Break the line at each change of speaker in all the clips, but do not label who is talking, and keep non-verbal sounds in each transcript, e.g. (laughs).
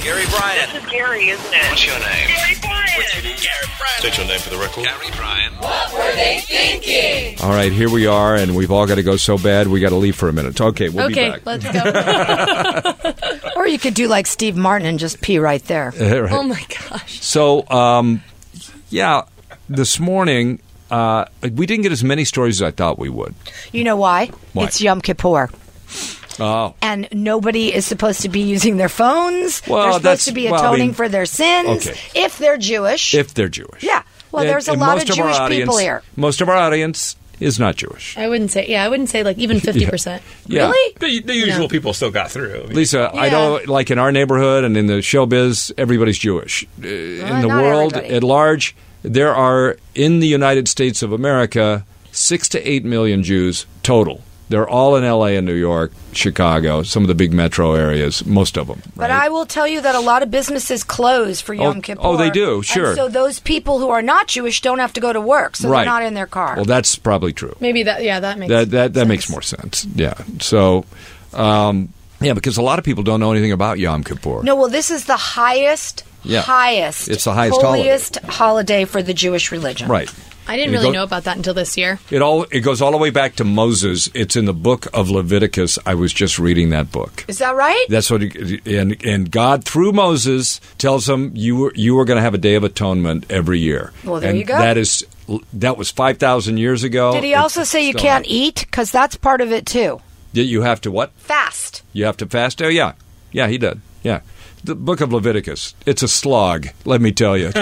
Gary Bryan.
This is Gary, isn't it?
What's your name?
Gary Bryan.
Gary Bryan.
State your name for the record.
Gary Bryan.
All right, here we are, and we've all got to go so bad we got to leave for a minute. Okay, we'll
okay,
be back. (laughs)
let's go. Oh
Or you could do like Steve Martin and just pee right there.
Right.
oh my gosh.
So, um, yeah, this morning uh, we didn't get as many stories as I thought we would.
You know why?
Why?
It's Yom Kippur.
Oh,
And nobody is supposed to be using their phones.
Well,
they're supposed
that's-
to be
well, I
atoning
mean-
for their sins
Okay.
if they're Jewish.
if they're Jewish.
yeah. Well,
And-
there's a
and
lot
most
of Jewish
our audience,
people here.
Most of our audience is not Jewish.
I wouldn't say, yeah, I wouldn't say
(laughs)
like even 50%.
Yeah.
Really?
The, the usual people still got through. I mean,
Lisa, I
Yeah.
don't like in our neighborhood and in the showbiz, everybody's Jewish. Uh, in the
not
world
everybody.
at large, there are in the United States of America six to eight million Jews total. They're all in L.A. and New York, Chicago, some of the big metro areas, most of them.
But I will tell you that a lot of businesses close for Yom Kippur.
oh, they do,
And
sure.
so those people who are not Jewish don't have to go to work, so
right.
they're not in their car.
Well, that's probably true.
Maybe that, yeah, that makes
that that, that
sense.
makes more sense. Yeah. So, um, yeah, because a lot of people don't know anything about Yom Kippur.
no, well, this is the highest,
Yeah.
highest,
It's the highest holiday.
holiest holiday for the Jewish religion.
Right.
I didn't
You
really
go-
know about that until this year.
It all it goes all the way back to Moses. It's in the book of Leviticus. I was just reading that book.
Is that right?
That's what he- and and God through Moses tells them you were you were going to have a day of atonement every year.
Well, there
And
you go.
That is that was 5000 years ago.
Did he
It's
also say you
still-
can't eat? Because that's part of it too.
Yeah, you have to what?
Fast.
You have to fast. Oh yeah. Yeah, he did. Yeah. The book of Leviticus. It's a slog, let me tell you.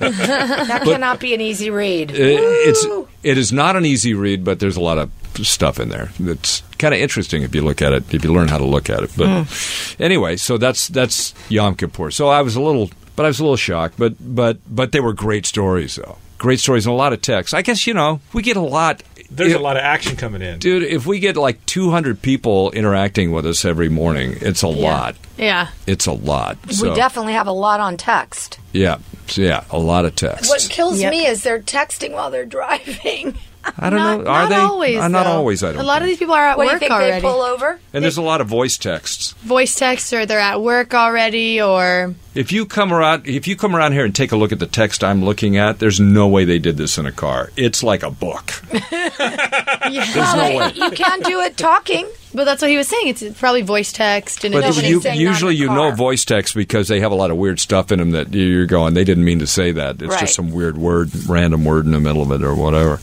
That cannot be an easy read.
It- Uh, it's it is not an easy read, but there's a lot of stuff in there that's kind of interesting if you look at it, if you learn how to look at it. But
Hmm.
anyway, so that's that's Yom Kippur. So I was a little, but I was a little shocked. But but but they were great stories though. Great stories and a lot of text. I guess you know we get a lot.
there's
it-
a lot of action coming in.
dude. If we get like 200 people interacting with us every morning, it's a lot.
Yeah.
It's a lot. So,
we definitely have a lot on text.
yeah, so, yeah, a lot of text.
What kills
Yep.
me is they're texting while they're driving. (laughs)
I don't
not,
know. Are
not
they?
Always,
Uh, not
though.
always. I don't.
A lot of
think.
these people are at
What do you
work
think
already.
they pull over?
and there's a lot of voice texts.
Voice text or they're at work already or
If you come around, if you come around here and take a look at the text I'm looking at, there's no way they did this in a car. It's like a book. There's no way.
You can't do it talking.
But that's what he was saying. It's probably voice text and
But
it's
Nobody's
you,
saying not
usually
in a
you
car.
know voice text because they have a lot of weird stuff in them that you're going. They didn't mean to say that. It's
Right.
just some weird word, random word in the middle of it or whatever.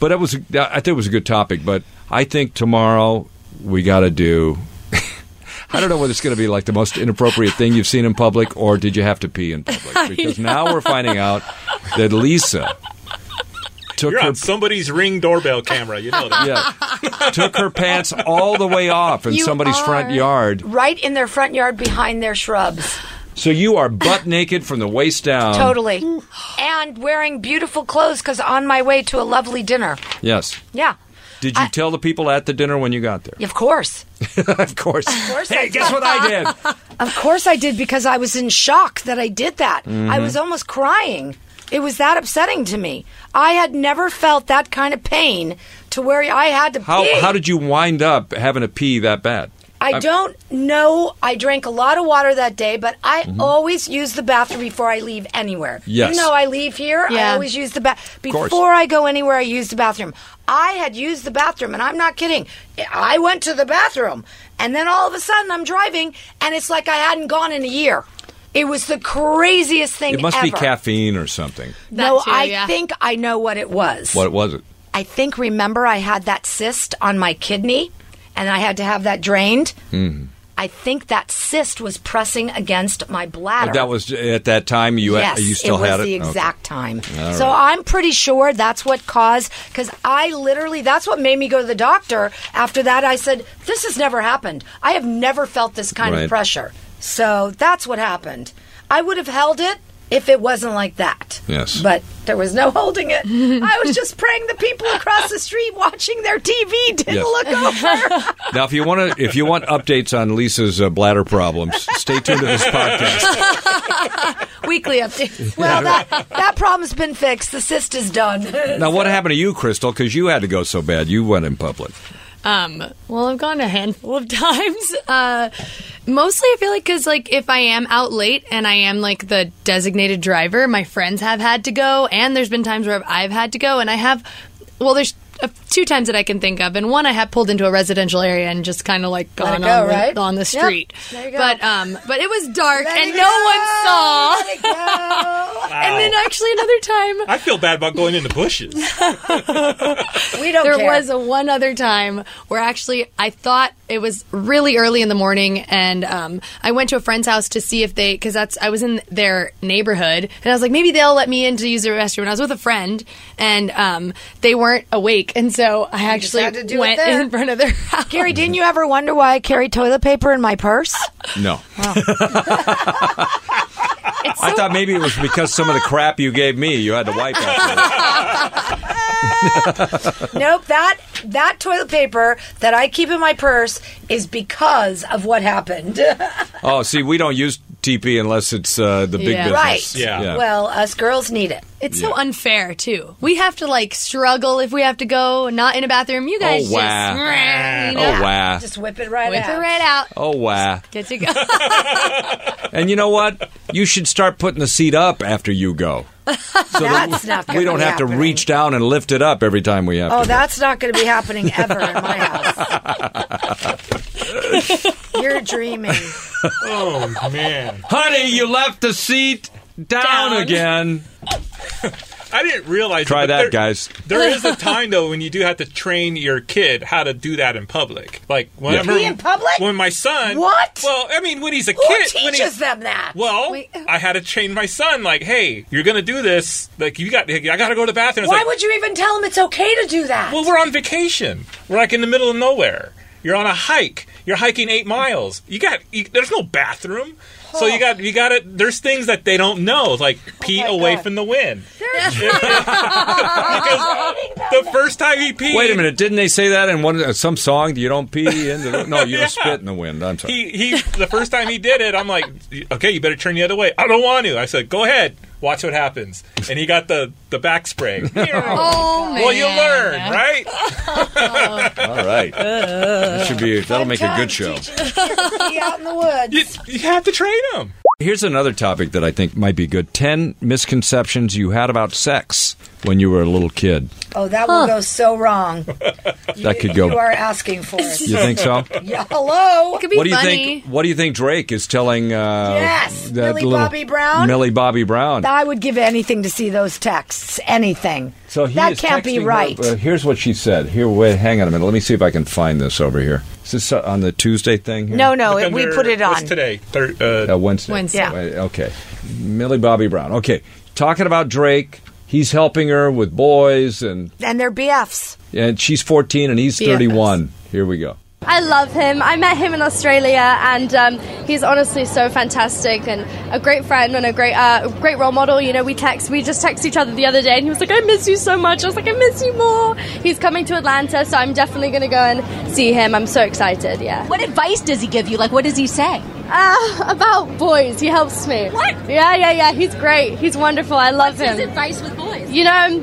But it was, I think it was a good topic. But I think tomorrow we got to do. (laughs) I don't know whether it's going to be like the most inappropriate thing you've seen in public, or did you have to pee in
(laughs)
public? Because now we're finding out that Lisa took
You're
her
on somebody's ring doorbell camera. You know that.
yeah, took her pants all the way off in
You
somebody's front
are.
yard.
Right in their front yard behind their shrubs.
So you are butt naked from the waist down.
Totally. And wearing beautiful clothes because on my way to a lovely dinner.
Yes.
Yeah.
Did you
I-
tell the people at the dinner when you got there?
(laughs) Of course.
of course.
course I
hey, guess what I did?
Of course I did because I was in shock that I did that.
Mm-hmm.
I was almost crying. It was that upsetting to me. I had never felt that kind of pain to where I had to
How
(laughs) pee.
how did you wind up having a pee that bad?
I don't know. I drank a lot of water that day, but I always use the bathroom before I leave anywhere.
Mm-hmm. Yes.
Even though I leave here, I
Yeah.
always use the bath.
course.
Before I go anywhere, I use the bathroom. I had used the bathroom, and I'm not kidding. I went to the bathroom, and then all of a sudden I'm driving, and it's like I hadn't gone in a year. It was the craziest thing
It must be
ever.
caffeine or something.
No,
That too,
I
yeah.
think I know what it was.
What was it?
I think remember I had that cyst on my kidney and I had to have that drained. I think that cyst was pressing against my bladder.
That was at that time you
yes,
you still
it was
had it.
the
Okay.
exact time. so I'm pretty sure that's what caused cuz I literally that's what made me go to the doctor. After that I said this has never happened. I have never felt this kind
Right.
of pressure. So that's what happened. I would have held it if it wasn't like that.
Yes.
But there was no holding it. I was just praying the people across the street watching their TV didn't
Yes.
look
(laughs)
over.
Now, if you want to, if you want updates on Lisa's uh, bladder problems, stay tuned to
(laughs)
this podcast.
weekly updates.
Well, that, that problem's been fixed. The cyst is done.
Now, what happened to you, Crystal? Because you had to go so bad, you went in public.
Um, well, I've gone a handful of (laughs) times. Uh, mostly, I feel like because like if I am out late and I am like the designated driver, my friends have had to go, and there's been times where I've had to go, and I have. Well, there's uh, two times that I can think of, and one I have pulled into a residential area and just kind of like gone
go,
on, the-
right?
on the
Yep.
street.
There you go.
But um, but it was dark
Let
and
it
no
go.
one saw.
Let it go.
And then actually another time
I feel bad about going in the bushes.
we don't
there
care.
was a one other time where actually I thought it was really early in the morning, and um, I went to a friend's house to see if they because that's I was in their neighborhood, and I was like maybe they'll let me in to use the restroom. And I was with a friend, and um, they weren't awake, and so I actually
had to do it
went
there.
in front of their (laughs) house.
Gary, didn't you ever wonder why I carry toilet paper in my purse?
No. I thought maybe it was because some of the crap you gave me, you had to wipe after.
(laughs) nope that that toilet paper that I keep in my purse is because of what happened. (laughs)
Oh, see, we don't use TP unless it's uh, the big
Yeah.
business.
right?
Yeah.
Well, us girls need it.
It's so unfair too. We have to like struggle if we have to go not in a bathroom. (laughs) You guys
Oh, wow.
just you know,
Oh, wow.
Just whip it right
whip
out.
it right out.
Oh, wow.
Get
(laughs)
to go.
And you know what? You should start putting the seat up after you go. So that
That's not.
we don't have to reach down and lift it up every time we have
Oh,
to. go.
that's not going to be happening ever in
(laughs)
my house. You're dreaming.
oh man,
Honey, you left the seat down,
Down.
again.
I didn't realize. it,
Try
but
that,
there-
guys.
There
(laughs)
is a time though when you do have to train your kid how to do that in public. Like when
Yeah.
I remember
Pee in public?
When my son.
What?
Well, I mean, when he's a
Who
kid, when
teaches
he's,
them that? uh,
Well,
Wait.
I had to train my son. Like, hey, you're gonna do this. Like, you got. I gotta go to the bathroom. It's
Why
like,
would you even tell them it's okay to do that?
Well, we're on vacation. We're like in the middle of nowhere. You're on a hike. You're hiking eight miles. You got. You, there's no bathroom. So you got. You got it. There's things that they don't know, like pee
Oh my
away
God.
from the wind.
(laughs)
because the first time he peed,
Wait a minute! Didn't they say that in one uh, some song? You don't pee into the, no, you
Yeah. (laughs)
don't spit in the wind. I'm sorry.
He he. The first time he did it, I'm like, okay, you better turn the other way. I don't want to. I said, go ahead. Watch what happens. And he got the the back spray.
oh
(laughs)
man.
well, you learn, right?
All right, that should be that'll make a good show.
(laughs) Be out in the woods.
You, you have to train him.
Here's another topic that I think might be good: ten misconceptions you had about sex when you were a little kid.
Oh, that will go so wrong.
That could
You
go.
are asking for it.
You think
(laughs)
so?
Yeah, hello.
It could be
what do you
funny.
think? What do you think Drake is telling? Uh,
Yes,
that
Millie
little-
Bobby Brown.
Millie Bobby Brown.
I would give anything to see those texts. Anything. that
is
can't be
texting her-
right.
uh, here's what she said. Here, wait, hang on a minute. Let me see if I can find this over here. Is this uh, on the Tuesday thing? Here?
no, no,
Look
it, we
under-
put it on.
What's today? Thir- uh,
Uh, Wednesday.
Wednesday. Yeah.
Wait, Okay. Millie Bobby Brown. Okay. Talking about Drake. He's helping her with boys, and
And they're BFs.
and she's 14 and he's
BFFs.
31. Here we go.
I love him. I met him in Australia, and um, he's honestly so fantastic and a great friend and a great, uh, great role model. You know, we text, we just text each other the other day, and he was like, "I miss you so much." I was like, "I miss you more." He's coming to Atlanta, so I'm definitely going to go and see him. I'm so excited. Yeah.
What advice does he give you? Like, what does he say?
Uh, about boys, he helps me.
What?
Yeah, yeah, yeah. He's great. He's wonderful. I love
His
him.
advice with boys.
You know,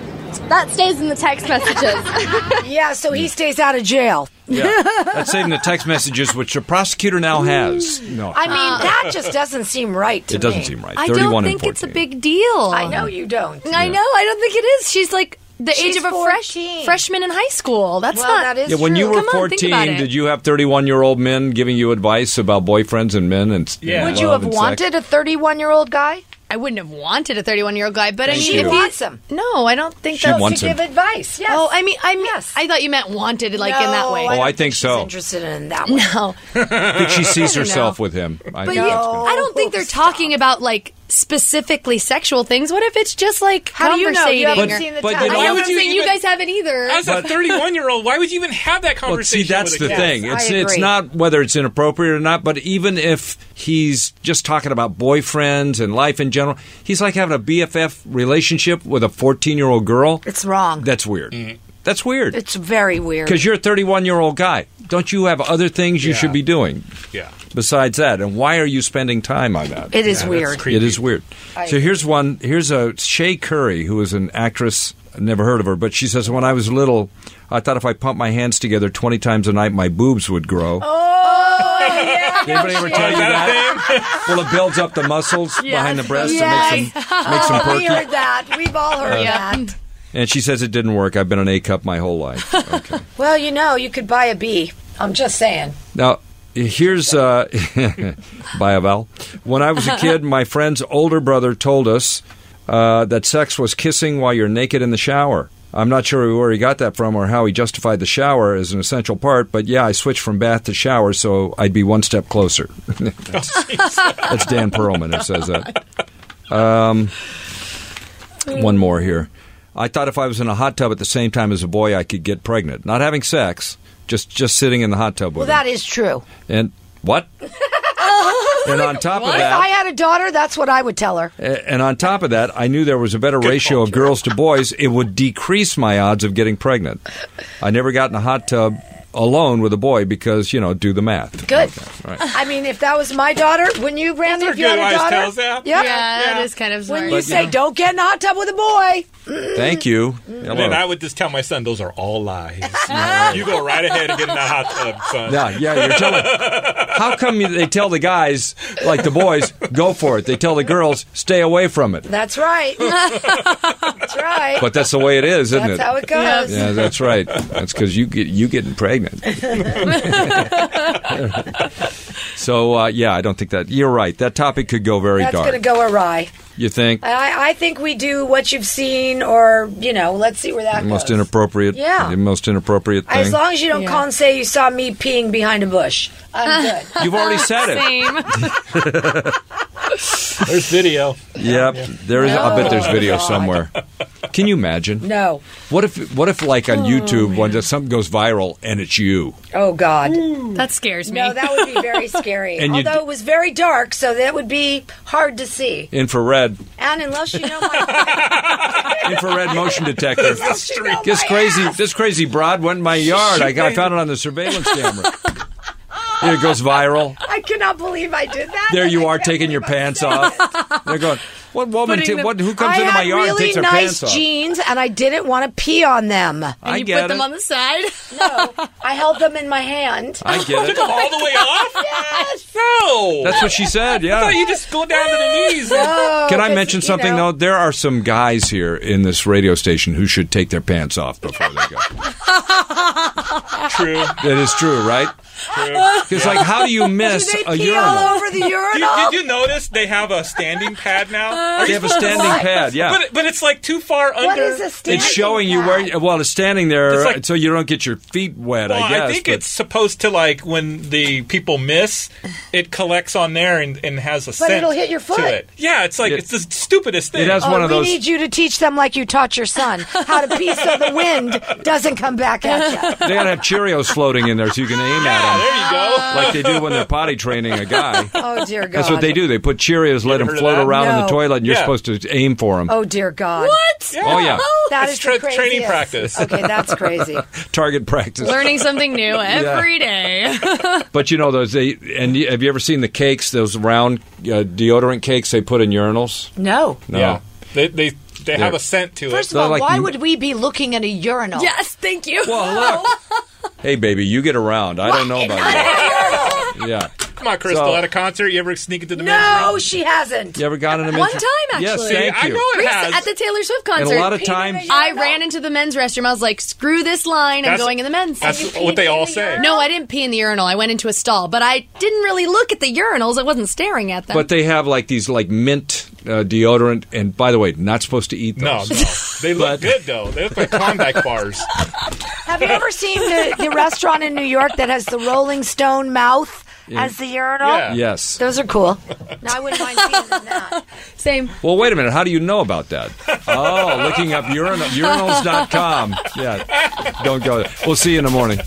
that stays in the text
(laughs)
messages.
Yeah, so he stays out of jail.
Yeah. That's saving the text messages, which the prosecutor now has. Mm. No,
Ah.
I mean, that just doesn't seem right to
it doesn't
me.
seem right.
I
31
don't
and
think
14.
it's a big deal.
I know you don't.
I know. I don't think it is. She's like the
She's
age of a fresh
14.
freshman in high school. That's
Well,
not.
that is
Yeah, when you
true.
were
Come on, think
14,
about it.
did you have 31 year old men giving you advice about boyfriends and men? And
Yeah.
and
Would you
love
have
and sex?
wanted a 31 year old guy?
I wouldn't have wanted a 31 year old guy, but I
Thank
mean,
you.
if
She
he's
wants him.
no, I don't think
She
that's.
wants
to
him.
give advice. Yes.
Oh, I mean, I mean,
Yes.
I thought you meant wanted, like in that
No,
way.
Oh,
don't
I think
she's
so.
interested in that one.
Oh.
no,
I think she
(laughs)
sees
don't
herself
know.
with him. I,
(laughs) but
think
you,
that's good.
I don't think they're talking about like specifically sexual things. What if it's just like
How do you know? You
conversating
haven't
or-
seen the
but you
text.
know-
I
Why
know
would
what I'm
you
saying. You
even-
guys haven't either.
As a 31 year old, why would you even have
Well,
that
see,
conversation?
that's the
with a kid?
thing.
Yes,
It's
I
it's
agree.
not whether it's inappropriate or not, but even if he's just talking about boyfriends and life in general, he's like having a BFF relationship with a 14 year old girl.
It's wrong.
That's weird.
Mm-hmm.
That's weird.
it's very weird.
Because you're a 31 year old guy. Don't you have other things you
Yeah.
should be doing
Yeah.
besides that? And why are you spending time on that?
It is
Yeah, that's
weird.
creepy.
It is weird. so here's one. Here's a Shay Curry, who is an actress never heard of her, but she says when I was little, I thought if I pumped my hands together twenty times a night, my boobs would grow. Did anybody ever tell you that? well, it builds up the muscles behind the breast and makes them makes
(laughs)
them
We
perky.
heard that. We've all heard that.
And she says it didn't work. I've been an A cup my whole life. Okay.
Well, you know, you could buy a bee. I'm just saying.
Now, here's uh, (laughs) by a vowel. When I was a kid, my friend's older brother told us uh, that sex was kissing while you're naked in the shower. I'm not sure where he got that from or how he justified the shower as an essential part, but yeah, I switched from bath to shower, so I'd be one step closer. (laughs) that's, that's Dan Perlman who says that. Um, One more here. I thought if I was in a hot tub at the same time as a boy, I could get pregnant. Not having sex, just just sitting in the hot tub
Well,
with him.
that is true.
And
(laughs)
what? and on top of
If I
that,
had a daughter, that's what I would tell her.
and on top of that, I knew there was a better ratio of girls to boys. It would decrease my odds of getting pregnant. I never got in a hot tub alone with a boy because you know, do the math.
Good.
right.
I mean, if that was my daughter, wouldn't you, Brandy?
Those are
If you had
good
a
wives'
daughter,
tales, yeah.
Yeah,
Yep.
that is kind of smart.
When you say don't get in a hot tub with a boy,
Thank you.
And then
Hello.
I would just tell my son, those are all
(laughs)
lies. you go right ahead and get in that hot tub, son.
Yeah, yeah, you're telling. How come you- they tell the guys, like the boys, go for it? They tell the girls, stay away from it.
that's right. that's right.
But that's the way it is, isn't
that's
it?
how it goes.
yeah, that's right. That's because you get you getting
(laughs)
pregnant. so uh, yeah, I don't think that you're right. That topic could go very
That's
dark.
going to go awry.
you think
I, I think we do what you've seen, or you know, let's see where that
the most
goes.
inappropriate?
Yeah.
the most inappropriate thing.
As long as you don't call and say you saw me peeing behind a bush, I'm
(laughs)
good.
You've already said it.
Same.
There's video.
Yep, there is. I bet there's
No.
video
God.
somewhere. Can you imagine?
No.
What if what if like on YouTube when something goes viral and it's you?
Oh God.
That scares me.
No, that would be very scary.
And you
Although
d-
it was very dark, so that would be hard to see.
Infrared,
And unless you know
(laughs)
my
infrared motion detector.
unless you know
This
my
crazy, this crazy broad went in my yard. I, got, I found it on the surveillance camera. It goes viral.
I cannot believe I did that.
There you are
I
taking your
can't
pants off. They're going, what woman?
Putting
ta-
the-
what, who
believe
comes
I
into
had
my yard
really
and takes her
nice
pants off?
jeans, and I didn't want to pee on them.
I
you
get
put
it.
them on the side.
No, I held them in my hand.
I get
(laughs) Took
it.
them all the way off? Yes. No.
That's what she said.
I
Yeah.
thought you just go down to the
(laughs)
knees. And,
Can I
because,
mention
you
something
know-
though? There are some guys here in this radio station who should take their pants off before they go.
true.
That is true, right? Because like, how do you miss
They
a
pee
urinal?
all over the
(laughs)
You,
urinal.
did you notice they have a standing pad now? Are
They
you
have a
supposed to-
standing pad. Yeah.
But, but it's like too far under.
Uh. what is a standing
It's showing you
pad?
where. Well, it's standing there,
It's like-
so you don't get your feet wet.
Well,
I guess.
think
but-
it's supposed to like when the people miss, it collects on there and, and has a
But
scent.
it'll hit your foot.
To it. Yeah, it's like
Yeah.
it's the stupidest thing.
It has
Oh,
one of
we
those.
need you to teach them like you taught your son how to pee so the wind doesn't come back
(laughs)
at you.
They
(laughs)
gotta have Cheerios floating in there so you can aim
Yeah,
at
there you go.
Ah,
them, like they do when they're potty training a guy.
(laughs) Oh dear God!
That's what they do. They put Cheerios, let them
heard of
float
that?
around in the
No.
toilet, and you're
Yeah.
supposed to aim for them.
Oh dear God! What?
Oh, yeah,
That
It's
is
tra-
the
training
craziest.
practice.
Okay, that's
(laughs)
crazy.
target practice.
Learning something
(laughs)
new every day.
But you know those. They and you, have you ever seen the cakes? Those round uh, deodorant cakes they put in urinals.
No.
No.
Yeah, they they, they have a scent to
First
it.
of all,
They're like-
why would we be looking at a urinal?
yes, thank you.
Oh,
Well, look. (laughs) hey, baby, you get around. I don't know about that.
(laughs)
yeah.
Come on, Crystal,
So-
at a concert, you ever sneak into the men's
No,
room?
she hasn't.
You ever got in a
One
men's-
time,
Yes,
actually.
thank
I
you.
know it
Reese,
has.
at the Taylor Swift concert.
And a lot of times,
I ran into the men's restroom. I was like, screw this line.
That's-
I'm going in the men's.
That's what they all say.
no, I didn't pee in the urinal. I went into a stall, but I didn't really look at the urinals. I wasn't staring at them.
but they have like these like mint uh, deodorant. And by the way, not supposed to eat
No,
those.
no. They look
But-
good though. They
(laughs)
look like Klondike bars.
Have you
(laughs)
ever seen the, the restaurant in New York that has the Rolling Stone mouth as the urinal?
Yeah.
Yes.
Those are cool. No, I wouldn't mind seeing them that.
Same.
Well, wait a minute. How do you know about that? Oh, looking up urinal, urinals.com. Yeah, don't go there. We'll see you in the morning.